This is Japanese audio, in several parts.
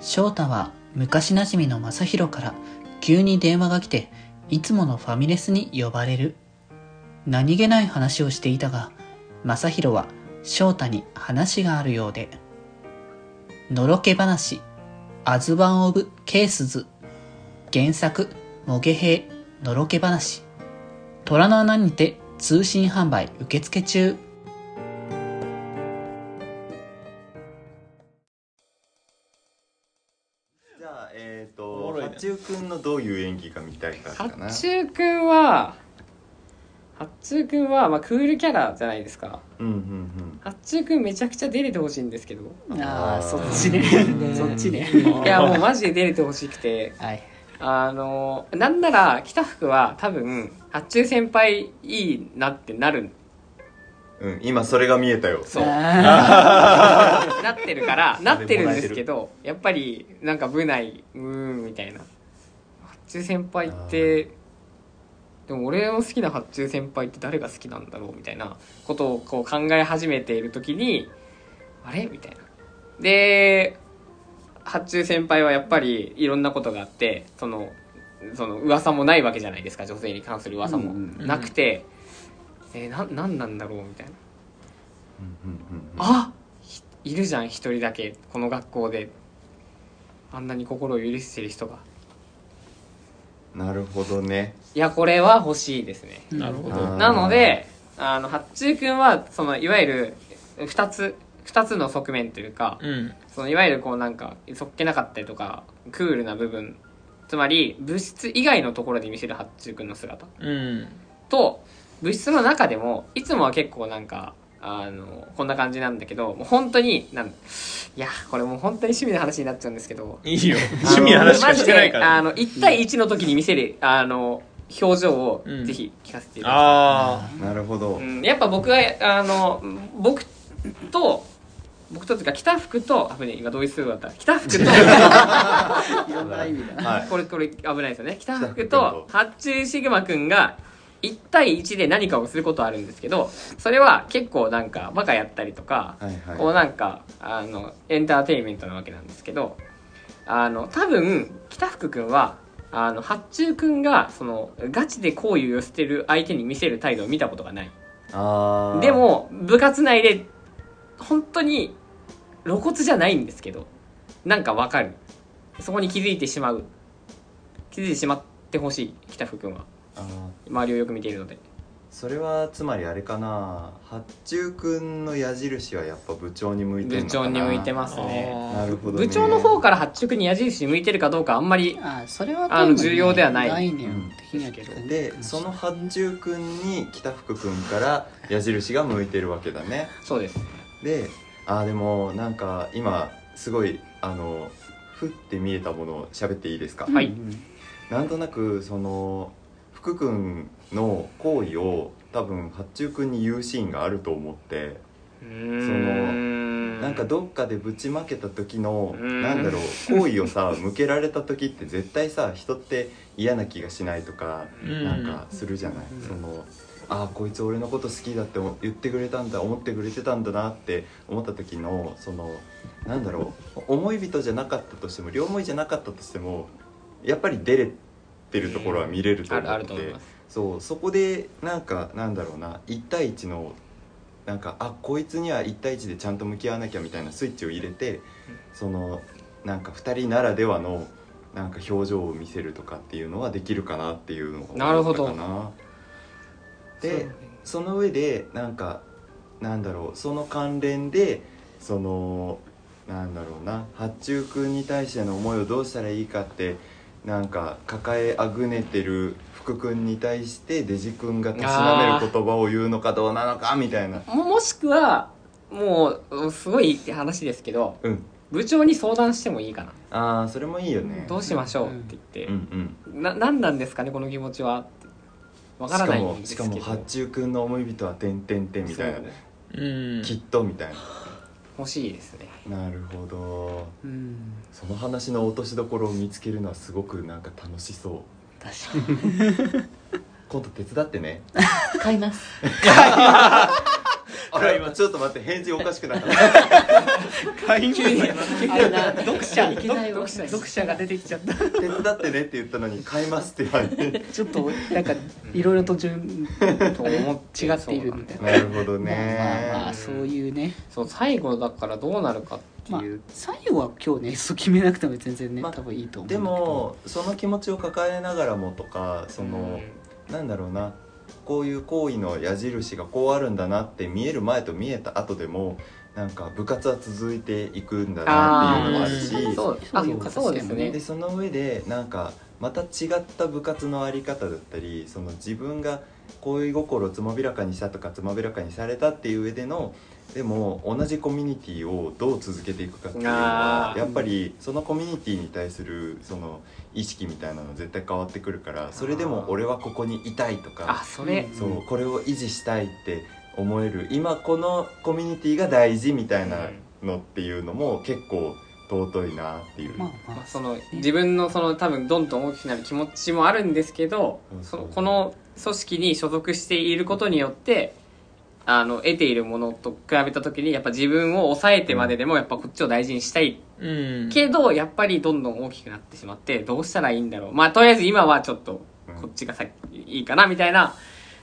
翔太は昔なじみの正宏から急に電話が来て、いつものファミレスに呼ばれる。何気ない話をしていたが、正宏は翔太に話があるようで。のろけ話、アズワンオブケースズ。原作、モゲヘイ、のろけ話。虎の穴にて通信販売受付中。じゃあえっ、ー、おと、もろいね八中くんのどういう演技が見たいかかな。八中くんは八中くんは、まあ、クールキャラじゃないですかうんうんうん。八中くんめちゃくちゃ出れてほしいんですけどあーそっちねそっちね。いやもうマジで出れてほしくてはい。あのなんなら北福は多分八中先輩いいなってなるうん、今それが見えたよ。そうなってるからなってるんですけどやっぱりなんか部内うーんみたいな八中先輩ってでも俺の好きな八中先輩って誰が好きなんだろうみたいなことをこう考え始めている時にあれみたいなで八中先輩はやっぱりいろんなことがあってそのその噂もないわけじゃないですか女性に関する噂もうんうんなくて、えー、ななんなんだろうみたいなうんうんうん。あひいるじゃん一人だけこの学校であんなに心を許してる人がなるほどね。いやこれは欲しいですねなるほどあーなのであの八中君はそのいわゆる2つ二つの側面というかうんそのいわゆるこうなんかそっけなかったりとかクールな部分つまり物質以外のところで見せる八中君の姿うんと物質の中でもいつもは結構なんかあのこんな感じなんだけどもう本当になんいやこれもう本当に趣味の話になっちゃうんですけど いいよ趣味の話しかしてないからあのマジであの1対1の時に見せるあの表情をうんぜひ聞かせていただきたいあなるほどう。ん、やっぱ僕はあの僕と僕とっていうか北福と危ねえ今同一数だった北福といろんな意味だ。はい。これこれ危ないですよね北北福福とと八中シグマくんが1対1で何かをすることはあるんですけどそれは結構なんかバカやったりとか、はいはい。こうなんかあのエンターテインメントなわけなんですけどあの多分北福君はあの八中君がそのガチで好意を捨てる相手に見せる態度を見たことがないあーで、も部活内で本当に露骨じゃないんですけどなんかわかるそこに気づいてしまう気づいてしまってほしい北福君はあー周りをよく見ているのでそれはつまりあれかな。八中くんの矢印はやっぱ部長に向いてる部のかな。長に向いてまあすねなるほどね。部長の方から八中君に矢印向いてるかどうかあんまりあそれはあの重要ではない概念的には結構で、その八中くんに北福くんから矢印が向いてるわけだね。そうですであーでもなんか今すごいあのふって見えたものを喋っていいですか、はいうんなんとなくその福君の行為を多分八中君に言うシーンがあると思ってそのなんかどっかでぶちまけた時のうんなんだろう行為をさ向けられた時って絶対さ人って嫌な気がしないとかうんなんかするじゃない、うんそのああこいつ俺のこと好きだって思言ってくれたんだ思ってくれてたんだなって思った時のそのなんだろう思い人じゃなかったとしても両思いじゃなかったとしてもやっぱり出れてるところは見れるとあ思るあっるてと思いてますそうそこでなんかなんだろうな1対1のなんかあこいつには1対1でちゃんと向き合わなきゃみたいなスイッチを入れてそのなんか2人ならではのなんか表情を見せるとかっていうのはできるかなっていうのをなるほどかなでその上でなんかなんだろうその関連でそのなんだろうな八中君に対しての思いをどうしたらいいかってなんか抱えあぐねてる福君に対してデジ君がたしなめる言葉を言うのかどうなのかみたいなももしくはもうすごい話ですけどうん部長に相談してもいいかな、ああそれもいいよねどうしましょうって言うって、んうんな何なんですかねこの気持ちはってわからないんですしけかどもしかも八中君の思い人は「てんてんてん」みたいな、そううんきっとみたい欲しいですねななるほどうんその話の落としどころを見つけるのはすごくなんか楽しそう確か今度手伝ってねに買います あら今ちょっと待って返事おかしくなかった会員急に名あれな読者いけないわ読者読者が出てきちゃっ た手伝ってねって言ったのに買いますって言われてちょっとなんかいろいろと順とと思 思っってて違っているみたいな なるほどまあまあまあねそういうねそう最後だからどうなるかってまあいう、最後は今日ねそう決めなくても全然ねまあ多分いいと思うんだでけどもその気持ちを抱えながらもとかそのなんだろうなこういう行為の矢印がこうあるんだなって見える前と見えた後でもなんか部活は続いていくんだなっていうのもあるしあーそうあそういう形そうですでもねでその上でなんかまた違った部活のあり方だったりその自分が恋心をつまびらかにしたとかつまびらかにされたっていう上でのでも同じコミュニティをどう続けていくかっていうのはあーやっぱりそのコミュニティに対するその意識みたいなの絶対変わってくるからそれでも俺はここにいたいとあかそれ、そうこれを維持したいって思える今このコミュニティが大事みたいなのっていうのも結構尊いなっていう。まあままああ、その自分のその多分どんどん大きくなる気持ちもあるんですけど、うんそのこの組織に所属していることによってあの得ているものと比べた時にやっぱ自分を抑えてまででもやっぱこっちを大事にしたいうんけどやっぱりどんどん大きくなってしまってどうしたらいいんだろうまあとりあえず今はちょっとうんこっちがさいいかなみたいな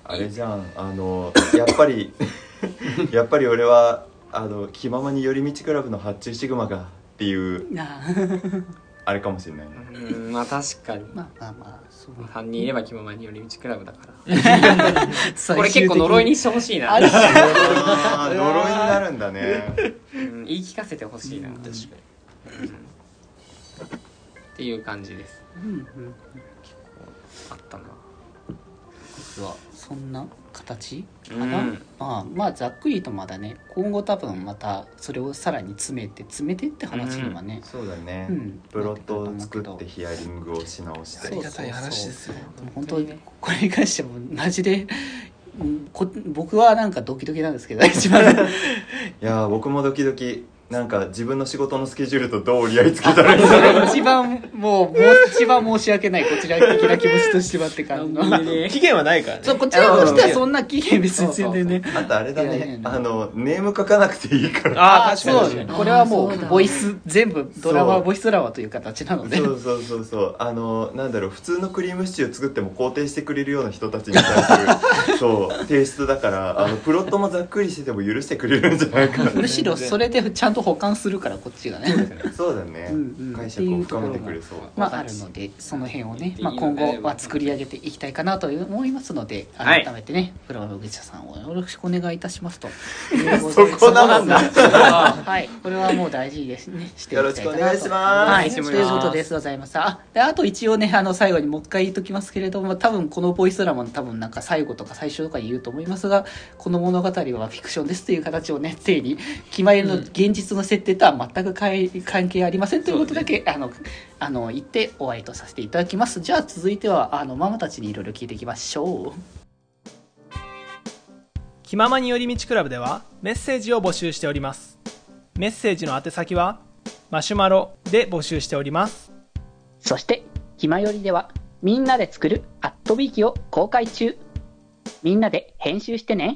あれじゃんあのやっぱり やっぱり俺はあの気ままに寄り道クラブの発注シグマがっていうなああれかもしれないねうんまあ確かにまあまあまあ そう3人いれば気ままに寄り道クラブだから最これ終的に結構呪いにしてほしいな、ある種 あー呪いになるんだねうん言い聞かせてほしいな、うんうんっていう感じです うんうんあったなはそんな形かうんな、まあまあざっくりとまだね今後多分またそれをさらに詰めて詰めてって話にはね、そうだね、うんプロットを作ってヒアリングをし直しあてりがたい話ですよでも本当にこれに関してもマジでうんこ僕はなんかドキドキなんですけど一番いやー僕もドキドキなんか自分の仕事のスケジュールとどう折り合いつけたらいいそれ一番もうもう一番申し訳ないこちら的な気持ちとしてはって感じのなんで期限はないからねそうこちらとしてはそんな期限別に全然ねあとあれだいやいやねいやあのネーム書かなくていいからあああ確そかに確かうにこれはもあそううだボイス全部ドラマそうボイスドラマという形なのでそうそうそうそうあのなんだろう普通のクリームシチュー作っても肯定してくれるような人たちに対す るそうテイストだからあのプロットもざっくりしてても許してくれるんじゃない かなむしろそれでちゃんと保管するからこっちがね そうだね、うんうん解釈を深めてくれそうまあ、あるのでその辺をね、いいまあ、いい今ので後は作り上げていきたいかなと思いますのではい改めてね、プロログ者さんをよろしくお願いいたし ますとそこなんだそ こなんだはいこれはもう大事ですねしていきたいかなとよろしくお願いしますはいお願いしますということですございましたあであと一応ねあの最後にもう一回言っときますけれども多分このボイスドラマの多分なんか最後とか最初とか言うと思いますがこの物語はフィクションですという形をね定に決まりの現実の設定とは全く関関係ありませんということだけ、あのあの言ってお会いとさせていただきますじゃあ続いてはあのママたちにいろいろ聞いていきましょう気ままに寄り道クラブではメッセージを募集しておりますメッセージの宛先はマシュマロで募集しておりますそして「ひまより」ではみんなで作る「アットビーキを公開中みんなで編集してね